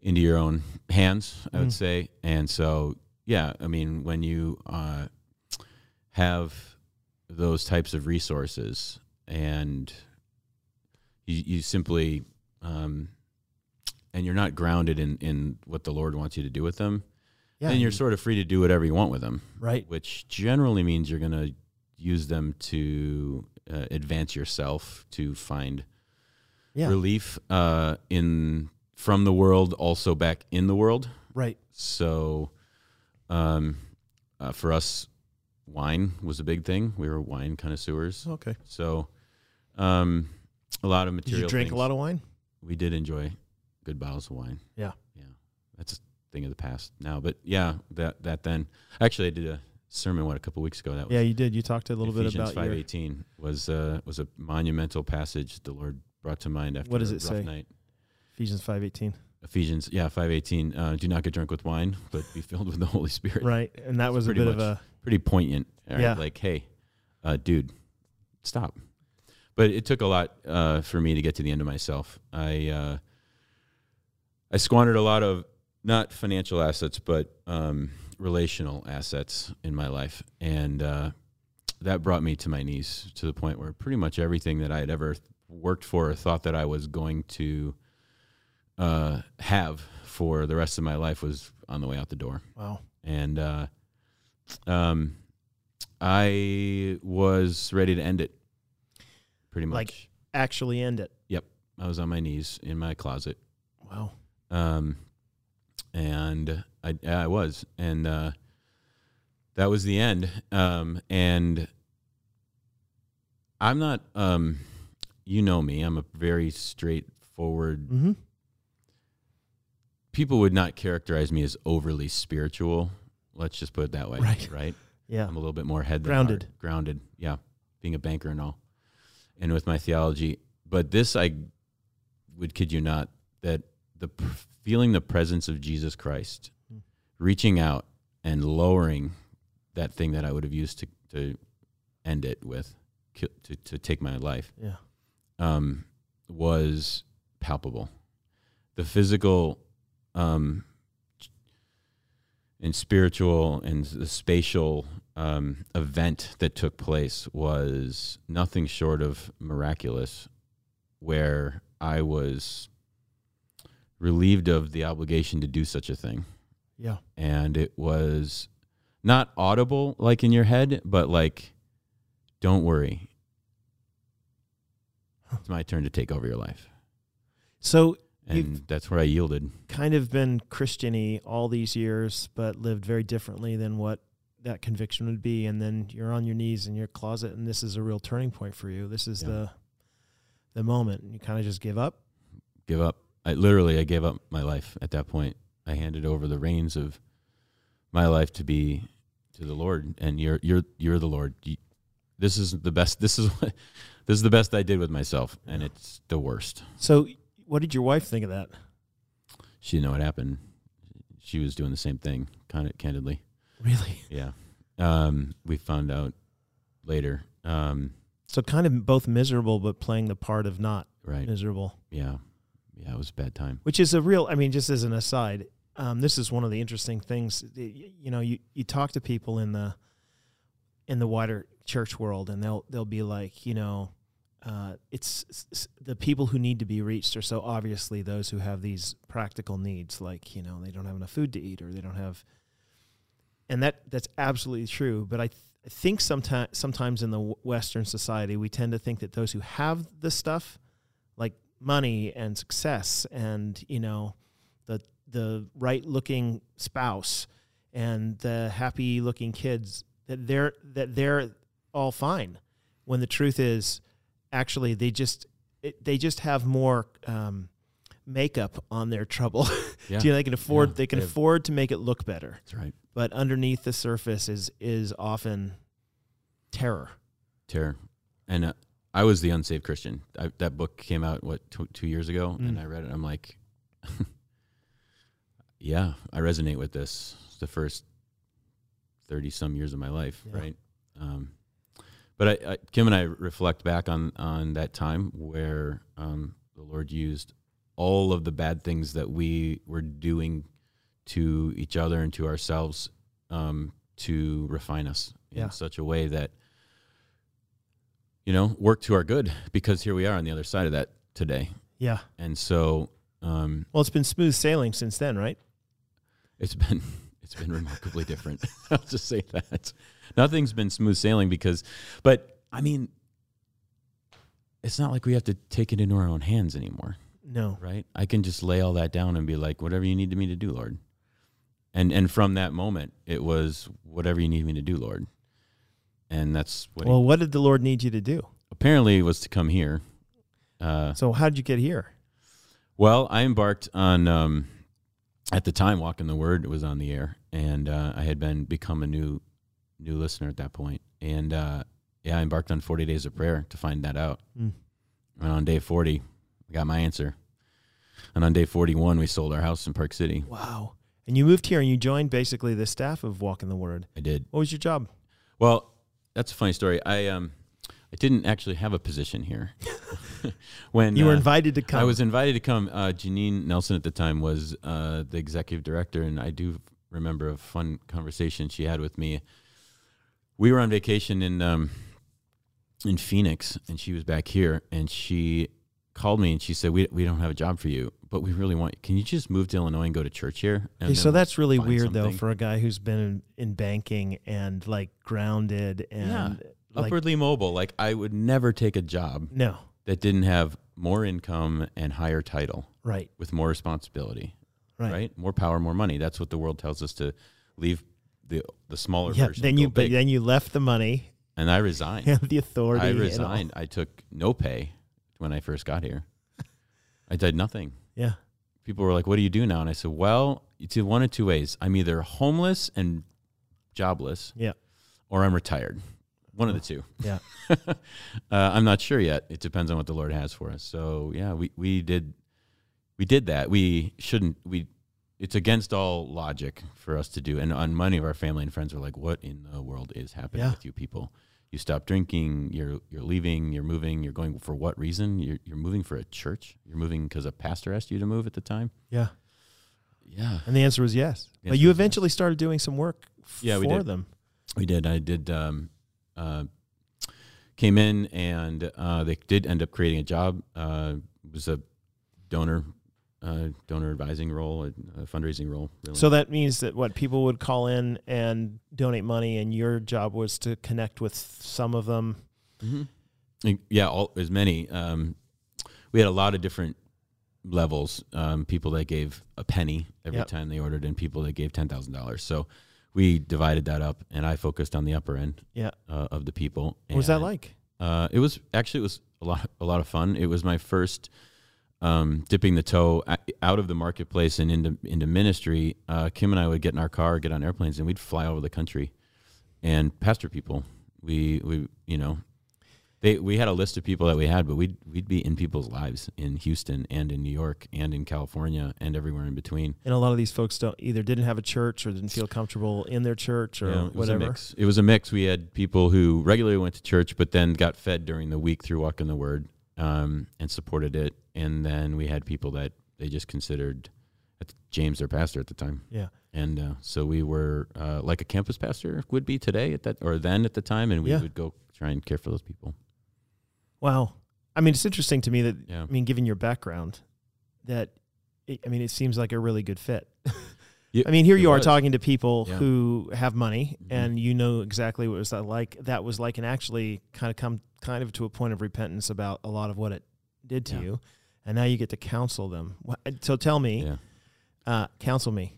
into your own hands. I
Mm.
would say, and so yeah, I mean, when you uh, have those types of resources, and you, you simply um, and you're not grounded in in what the Lord wants you to do with them,
Yeah.
then you're sort of free to do whatever you want with them
right.
which generally means you're going to use them to uh, advance yourself to find
Yeah.
relief uh, in from the world, also back in the world.
Right.
So, um, uh, for us, wine was a big thing. We were wine connoisseurs,
Okay.
so um, a lot of
Did you
material.
drink a
things.
lot of wine?
We did enjoy good bottles of wine.
Yeah.
yeah, that's a thing of the past now. But yeah, that that then actually I did a sermon what a couple weeks ago. That was
Yeah, you did. You talked a little
Ephesians
bit about
five
your,
eighteen was uh, was a monumental passage the Lord brought to mind after
What does
a
it
rough
say?
night.
Ephesians 5.18.
Ephesians yeah five eighteen. Uh, Do not get drunk with wine, but be filled with the Holy Spirit.
Right. And that was a
pretty
bit of
much-
a,
Pretty poignant. all right?
Yeah.
Like hey, uh, dude, stop. But it took a lot uh, for me to get to the end of myself. I uh, I squandered a lot of not financial assets, but um, relational assets in my life, and uh, that brought me to my knees to the point where pretty much everything that I had ever worked for or thought that I was going to uh, have for the rest of my life was on the way out the door.
wow.
And uh, um, I was ready to end it pretty much.
Like- Actually end it.
I was on my knees in my closet
Wow.
um, and I, yeah, I was, and uh, that was the end. Um, and I'm not, um, you know me, I'm a very straightforward.
Mm-hmm.
People would not characterize me as overly spiritual. Let's just put it that way,
Right.
Right.
Yeah.
I'm a little bit more head than
Grounded.
heart. Grounded, yeah. Being a banker and all, and with my theology. But this, I would kid you not, that the p- feeling the presence of Jesus Christ,
Hmm.
reaching out and lowering that thing that I would have used to to end it with, ki- to to take my life,
Yeah.
um, was palpable. The physical um, and spiritual and the spatial um, event that took place was nothing short of miraculous, where I was relieved of the obligation to do such a thing.
Yeah.
And it was not audible like in your head, but like, don't worry. It's my turn to take over your life.
So
and
You've-
that's where I yielded.
kind of been Christiany all these years, but lived very differently than what that conviction would be. And then you're on your knees in your closet, and this is a real turning point for you. This is
Yeah.
the the moment. And you kind of just give up.
Give up. I literally I gave up my life at that point. I handed over the reins of my life to be to the Lord, and you're you're you're the Lord. You, this is the best. This is [laughs] what this is the best I did with myself, and
Yeah.
it's the worst.
So, what did your wife think of that?
She didn't know what happened. She was doing the same thing, kind of candidly.
Really?
Yeah. Um, we found out later. Um,
So, kind of both miserable, but playing the part of not
right.
miserable.
Yeah. Yeah. It was a bad time.
which is a real i mean just as an aside um, this is one of the interesting things Y- you know you, you talk to people in the in the wider church world and they'll they'll be like you know uh, it's, it's the people who need to be reached are so obviously those who have these practical needs like you know they don't have enough food to eat or they don't have and that that's absolutely true but i th- I think sometimes sometimes in the w- Western society we tend to think that those who have the stuff like money and success and you know the the right looking spouse and the happy looking kids that they're that they're all fine when the truth is actually they just it, they just have more um, makeup on their trouble [laughs]
Yeah.
Do you know, they can afford
Yeah,
they can
they have-
afford to make it look better
That's right.
but underneath the surface is is often terror
Terror. And uh, I was the unsaved Christian. I, that book came out, what, two, two years ago? And
Mm.
I read it. I'm like, yeah, I resonate with this. It's the first 30 some years of my life.
Yeah.
Right. Um, but I, I, Kim and I reflect back on, on that time where um, the Lord used all of the bad things that we were doing to each other and to ourselves um, to refine us
Yeah.
in such a way that you know work to our good because here we are on the other side of that today
yeah
and so um,
well it's been smooth sailing since then right
it's been [laughs] it's been remarkably different [laughs] i'll just say that nothing's been smooth sailing because but i mean it's not like we have to take it into our own hands anymore
no
right i can just lay all that down and be like whatever you need me to do lord and and from that moment it was whatever you need me to do lord and that's what he-
well what did the lord need you to do
apparently it was to come here uh,
So how did you get here?
well i embarked on um, at the time walking the word was on the air and uh, i had been become a new new listener at that point and uh, yeah i embarked on 40 days of prayer to find that out and on day 40 i got my answer and on day 41 we sold our house in park city
Wow. And you moved here and you joined basically the staff of Walk in the Word.
i did
What was your job?
Well, that's a funny story. I um, I didn't actually have a position here [laughs] when
You were
uh,
invited to come.
I was invited to come. Uh, Janine Nelson at the time was uh, the executive director, and I do remember a fun conversation she had with me. We were on vacation in um, in Phoenix, and she was back here, and she called me and she said, "We we don't have a job for you, but we really want. Can you just move to Illinois and go to church here?" And
Okay,
then
so that's really
find
weird though
something.
for a guy who's been in, in banking and like grounded and like
upwardly mobile. Like I would never take a job
no,
that didn't have more income and higher title
right,
with more responsibility,
right.
right? More power, more money. That's what the world tells us to leave the the smaller
Yeah,
version.
then
go
you but
big.
then you left the money [laughs]
and I resigned.
and the authority.
I
and all.
resigned. I took no pay when I first got here. I did nothing.
Yeah.
People were like, "What do you do now?" And I said, "Well, it's one of two ways. I'm either homeless and jobless,
Yeah.
or I'm retired. One of the two.
Yeah.
[laughs] uh, I'm not sure yet. It depends on what the Lord has for us. So yeah, we, we did we did that. We shouldn't we it's against all logic for us to do. And on many of our family and friends were like, What in the world is happening
Yeah.
with you people? You stop drinking, you're you're leaving, you're moving, you're going for what reason? You're you're moving for a church? You're moving because a pastor asked you to move at the time?
Yeah.
Yeah.
And the answer was yes. but
The answer
you
was yes.
eventually started doing some work f-
Yeah, we
for
did.
them.
We did. I did. Um, uh, came in and uh, they did end up creating a job. Uh, it was a donor, uh, donor advising role, a fundraising role. Really.
So that means that what people would call in and donate money, and your job was to connect with some of them.
Mm-hmm. Mhm. yeah, all, as many. Um, we had a lot of different levels. Um, people that gave a penny every
Yep.
time they ordered, and people that gave ten thousand dollars. So we divided that up, and I focused on the upper end
Yeah.
uh, of the people.
What was that
and-
like?
uh, it was actually it was a lot a lot of fun. It was my first um, dipping the toe o- out of the marketplace and into into ministry. Uh, Kim and I would get in our car, get on airplanes, and we'd fly over the country and pastor people. We we you know they we had a list of people that we had, but we'd we'd be in people's lives in Houston and in New York and in California and everywhere in between.
And a lot of these folks don't either didn't have a church or didn't feel comfortable in their church or
Yeah, it was a
whatever.
mix. It was a mix. We had people who regularly went to church, but then got fed during the week through Walk in the Word um, and supported it. And then we had people that they just considered James their pastor at the time.
Yeah.
And uh, so we were uh, like a campus pastor would be today at that or then at the time, and we
Yeah.
would go try and care for those people.
Wow. I mean, it's interesting to me that
Yeah.
I mean, given your background, that it, I mean, it seems like a really good fit.
[laughs] Yeah,
I mean, here
it
you are
was.
talking to people
Yeah.
who have money,
Mhm.
and you know exactly what it was that like that was like, and actually kind of come kind of to a point of repentance about a lot of what it did to
Yeah.
you, and now you get to counsel them. Wha- So tell me,
Yeah.
uh, counsel me.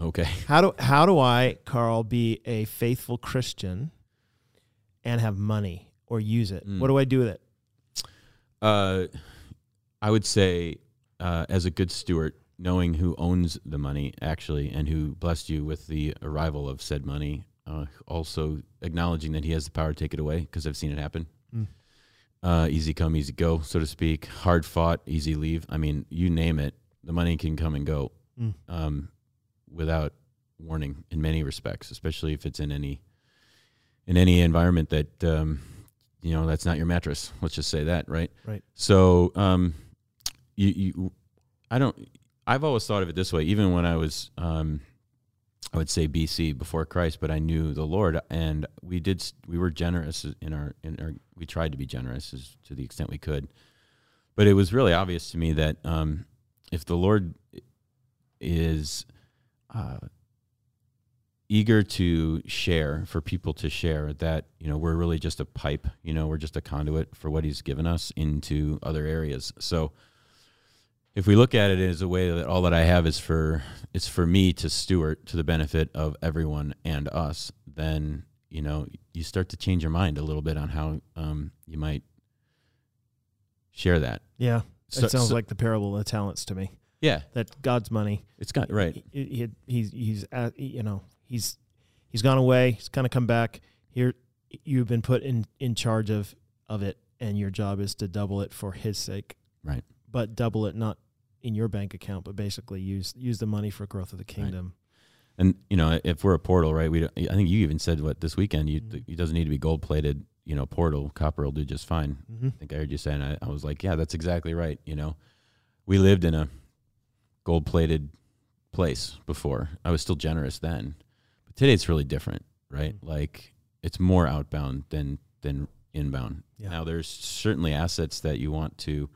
Okay.
How do how do I, Carl, be a faithful Christian and have money or use it?
Mm.
What do I do with it?
Uh, I would say, uh, as a good steward, knowing who owns the money actually and who blessed you with the arrival of said money, uh, also acknowledging that he has the power to take it away because I've seen it happen.
Mm.
Uh, easy come, easy go, so to speak. Hard fought, easy leave. I mean, you name it, the money can come and go
Mm.
um, without warning in many respects, especially if it's in any in any environment that um, you know that's not your mattress. Let's just say that, right?
Right.
So, um, you, you, I don't. I've always thought of it this way, even when I was, um, I would say BC before Christ, but I knew the Lord, and we did. s- We were generous in our in our. We tried to be generous as, to the extent we could, but it was really obvious to me that um, if the Lord is uh, eager to share for people to share that you know we're really just a pipe you know we're just a conduit for what he's given us into other areas so if we look at it as a way that all that i have is for it's for me to steward to the benefit of everyone and us then you know you start to change your mind a little bit on how um, you might share that
Yeah,
So-
it sounds
so-
like the parable of the talents to me.
yeah
That God's money,
it's got Uh, right
He, he, he's he's uh, you know he's he's gone away. He's kind of come back. Here, you've been put in in charge of of it, and your job is to double it for His sake.
Right.
But double it not in your bank account, but basically use use the money for growth of the kingdom.
and you know if we're a portal right we don't, i think you even said what this weekend you
Mhm.
it doesn't need to be gold plated you know portal copper will do just fine
hmm
i think i heard you saying I, I was like yeah that's exactly right you know we lived in a gold plated place before i was still generous then but today it's really different right
Mhm.
like it's more outbound than than inbound
Yeah.
now there's certainly assets that you want to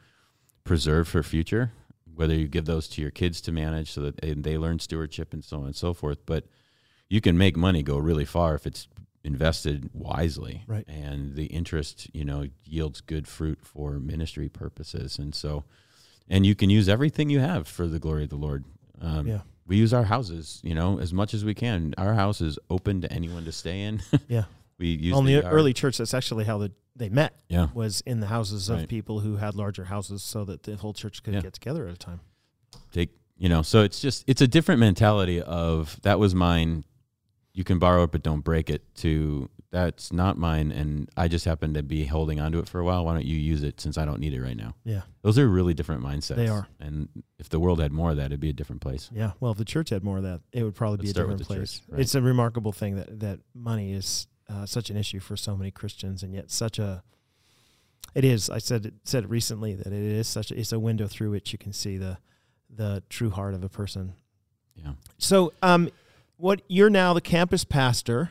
preserve for future whether you give those to your kids to manage so that they, they learn stewardship and so on and so forth but you can make money go really far if it's invested wisely
Right.
and the interest you know yields good fruit for ministry purposes and so and you can use everything you have for the glory of the lord um,
Yeah.
we use our houses you know as much as we can our house is open to anyone to stay in [laughs]
Yeah.
we use
on the
yard.
early church that's actually how the, they met
yeah
was in the houses of
Right.
people who had larger houses so that the whole church could
Yeah.
get together at a time
take you know so it's just it's a different mentality of that was mine you can borrow it but don't break it to that's not mine and i just happen to be holding onto it for a while why don't you use it since i don't need it right now
yeah
those are really different mindsets
They are.
and if the world had more of that it'd be a different place
yeah well if the church had more of that it would probably
Let's
be a
start with
different
the
place
church, right.
it's a remarkable thing that that money is uh, such an issue for so many christians and yet such a it is i said it said it recently that it is such a, it's a window through which you can see the the true heart of a person
yeah
so um what you're now the campus pastor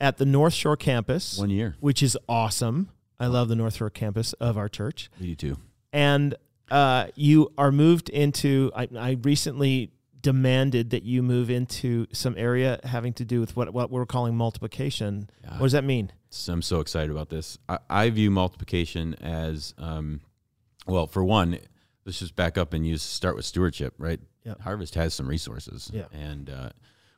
at the north shore campus
one year
which is awesome. I love the North Shore campus of our church.
you too
And uh, you are moved into, I, I recently demanded that you move into some area having to do with what, what we're calling multiplication.
Yeah.
What does that mean?
So I'm so excited about this. I, I view multiplication as, um, well, for one, the let's just back up and use start with stewardship, right?
Yep.
Harvest has some resources,
Yeah.
and uh,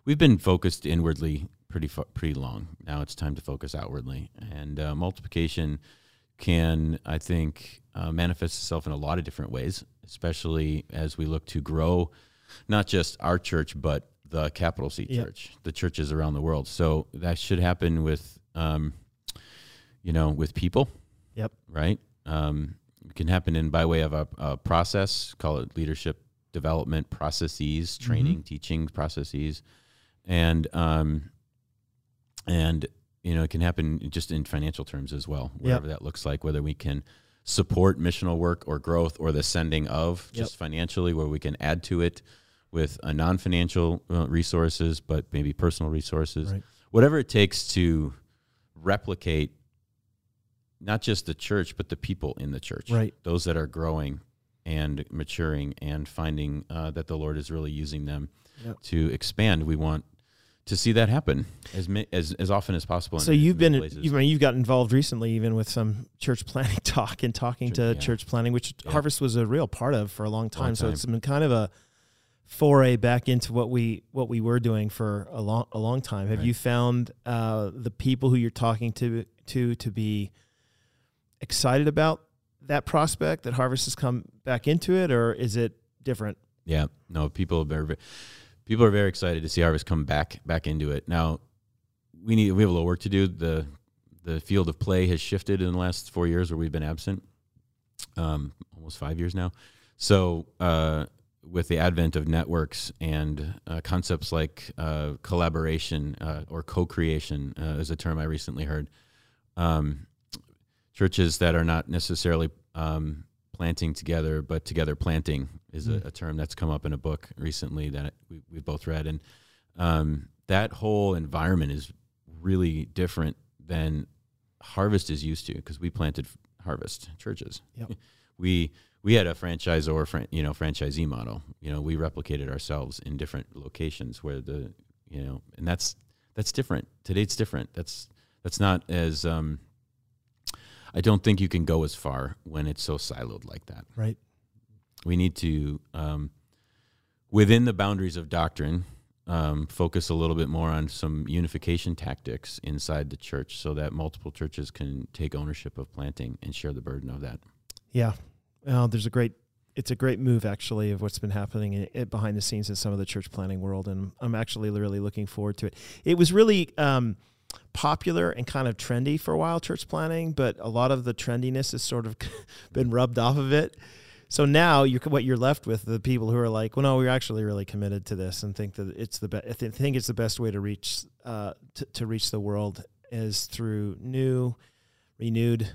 we've been focused inwardly pretty fu- pretty long. Now it's time to focus outwardly, and uh, multiplication can, I think, uh, manifest itself in a lot of different ways, especially as we look to grow not just our church, but the capital C
Yep.
church, the churches around the world. So that should happen with, um, you know, with people.
Yep.
Right. Um, it can happen in by way of a, a process, call it leadership development processes, training, teaching processes, and um, and you know it can happen just in financial terms as well, whatever that looks like. Whether we can support missional work or growth or the sending of
Yep.
just financially, where we can add to it with uh non-financial uh, resources, but maybe personal resources,
Right.
whatever it takes to replicate not just the church but the people in the church
Right.
those that are growing and maturing and finding uh, that the lord is really using them
Yep.
to expand we want to see that happen as ma- as, as often as possible in
So
as
you've
many
been
places.
you've, I mean, you've got involved recently, even with some church [laughs] planning talk and talking
Sure,
to
yeah.
church planning, which
Yeah.
Harvest was a real part of for a long time. So
time.
it's been kind of a foray back into what we what we were doing for a long a long time. Have
Right.
you found uh, the people who you're talking to to to be excited about that prospect that Harvest has come back into it, or is it different?
Yeah, no, people are very, people are very excited to see Harvest come back back into it. Now, we need we have a little work to do. the The field of play has shifted in the last four years where we've been absent, um, almost five years now. So, uh, with the advent of networks and uh, concepts like uh, collaboration uh, or co-creation uh, is a term I recently heard. Um, churches that are not necessarily um, planting together, but together planting is a, a term that's come up in a book recently that we, we both read. And um, that whole environment is really different than Harvest is used to because we planted Harvest churches.
Yep.
[laughs] we we had a franchise or fran- you know franchisee model. You know we replicated ourselves in different locations where the you know and that's that's different. Today it's different. That's that's not as um, I don't think you can go as far when it's so siloed like that.
Right.
We need to, um, within the boundaries of doctrine, um, focus a little bit more on some unification tactics inside the church so that multiple churches can take ownership of planting and share the burden of that.
Yeah. Well, there's a great it's a great move actually of what's been happening in, it, behind the scenes in some of the church planning world and I'm actually really looking forward to it. It was really um popular and kind of trendy for a while church planning, but a lot of the trendiness has sort of [laughs] been rubbed off of it. So now you're what you're left with the people who are like, well, no, we're actually really committed to this and think that it's the best. Th- think it's the best way to reach uh, t- to reach the world is through new, renewed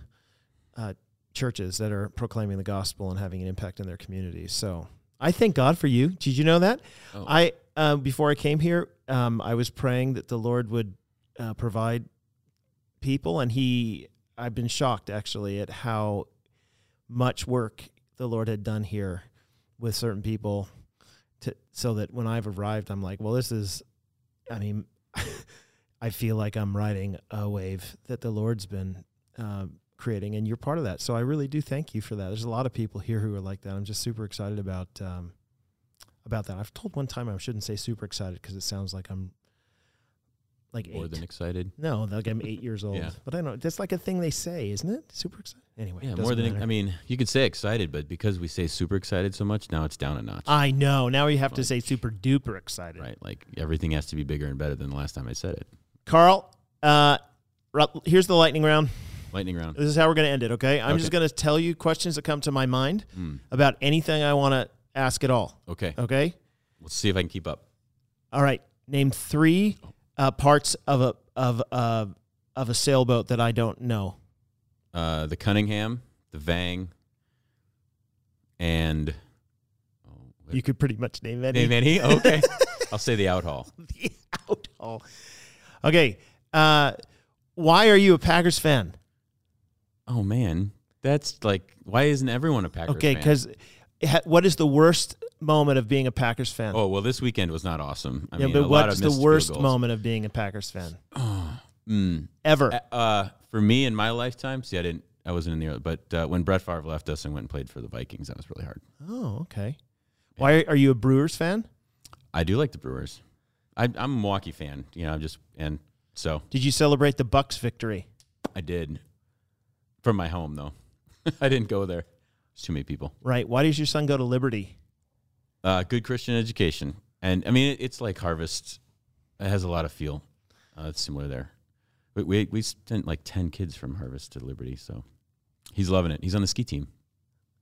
uh, churches that are proclaiming the gospel and having an impact in their communities. So I thank God for you. Did you know that?
Oh.
I uh, before I came here, um, I was praying that the Lord would uh, provide people, and He. I've been shocked actually at how much work the Lord had done here with certain people, to so that when I've arrived, I'm like, well, this is. I mean, [laughs] I feel like I'm riding a wave that the Lord's been. Uh, creating and you're part of that so i really do thank you for that there's a lot of people here who are like that i'm just super excited about um, about that i've told one time i shouldn't say super excited because it sounds like i'm like
More
eight.
than excited.
no like i'm eight years old
Yeah.
but i don't that's like a thing they say isn't it super excited anyway
Yeah,
doesn't
more than
matter.
I mean, you could say excited, but because we say super excited so much, now it's down a notch.
i know now you have to
Like-
say super duper excited
right, like everything has to be bigger and better than the last time I said it.
carl uh ru- here's the lightning round
Lightning round.
This is how we're going to end it, okay? I'm just
Okay.
going to tell you questions that come to my mind about anything I want to ask at all,
Hmm. Okay,
okay?
let's see if I can keep up.
All right. Name three uh, parts of a of uh, of a sailboat that I don't know.
uh, the Cunningham, the Vang, and oh, wait.
You could pretty much name any.
Name any?
[laughs]
[laughs] Okay, I'll say the outhaul.
The outhaul. [laughs] Okay. Uh, why are you a Packers fan?
Oh man, that's like why isn't everyone a Packers?
Okay,
fan?
because what is the worst moment of being a Packers fan?
oh well, this weekend was not awesome. I
yeah,
mean, a
but
lot of
what's the
missed field
worst
goals.
moment of being a Packers fan
Mm.
ever?
Uh, for me in my lifetime, see, I didn't. I wasn't in the early, but uh, when Brett Favre left us and went and played for the Vikings, that was really hard.
Oh, okay. Why are you a Brewers fan?
I do like the Brewers. I, I'm a Milwaukee fan. You know, I'm just and so
Did you celebrate the Bucks victory?
I did from my home though. [laughs] I didn't go there. It's too many people.
Right. Why does your son go to Liberty?
Uh, good Christian education, and I mean it, it's like Harvest. It has a lot of feel. Uh, it's similar there. We, we we sent like ten kids from Harvest to Liberty, so he's loving it. He's on the ski team.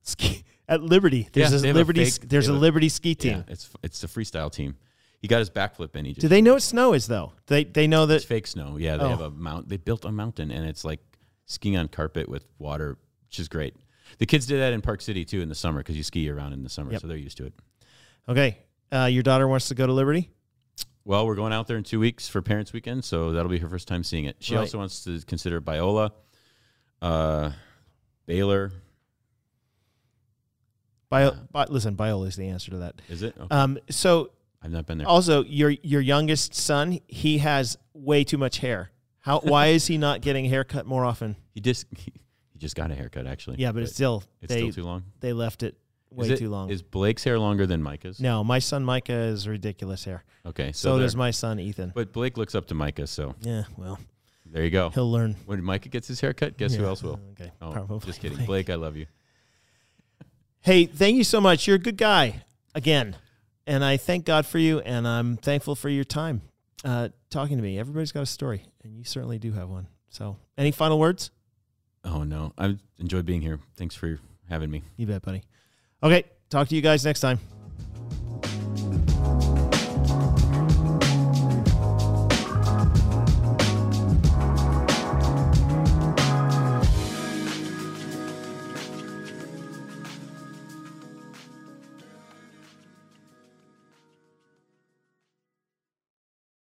Ski at Liberty. There's
Yeah, they
a
have a
Liberty.
fake-
sk- there's
they
a
have a-
Liberty ski team.
Yeah, it's it's the freestyle team. He got his backflip in. He just
Do they know what snow is though? They they know
It's
that.
fake snow. Yeah, they
Oh.
have a mount. They built a mountain, and it's like skiing on carpet with water, which is great. The kids did that in Park City too in the summer because you ski around in the summer,
Yep.
so they're used to it.
Okay. Uh, your daughter wants to go to Liberty.
Well, we're going out there in two weeks for Parents Weekend, so that'll be her first time seeing it. She
Right.
also wants to consider Biola, uh, Baylor.
Bio,
Uh,
bi- listen, Biola is the answer to that.
Is it? Okay.
Um, so
I've not been there.
also your your youngest son, he has way too much hair.
[laughs]
How why is he not getting a haircut more often?
He just [laughs] he, just got a haircut actually.
Yeah, but it's still
it's
they
still too long.
they left it way
Is it-
too long.
Is Blake's hair longer than Micah's?
no, my son Micah is ridiculous hair.
Okay, so,
So,
there-
does my son Ethan.
But Blake looks up to Micah, so
yeah, well,
there you go.
he'll learn.
When Micah gets his haircut, guess who
Yeah,
else will?
Okay,
Oh,
probably.
just kidding,
[laughs]
Blake. I love you.
Hey, thank you so much. You're a good guy again, and I thank God for you, and I'm thankful for your time uh, talking to me. Everybody's got a story, and you certainly do have one. So, any final words?
Oh no, I enjoyed being here. Thanks for having me.
You bet, buddy. Okay, talk to you guys next time.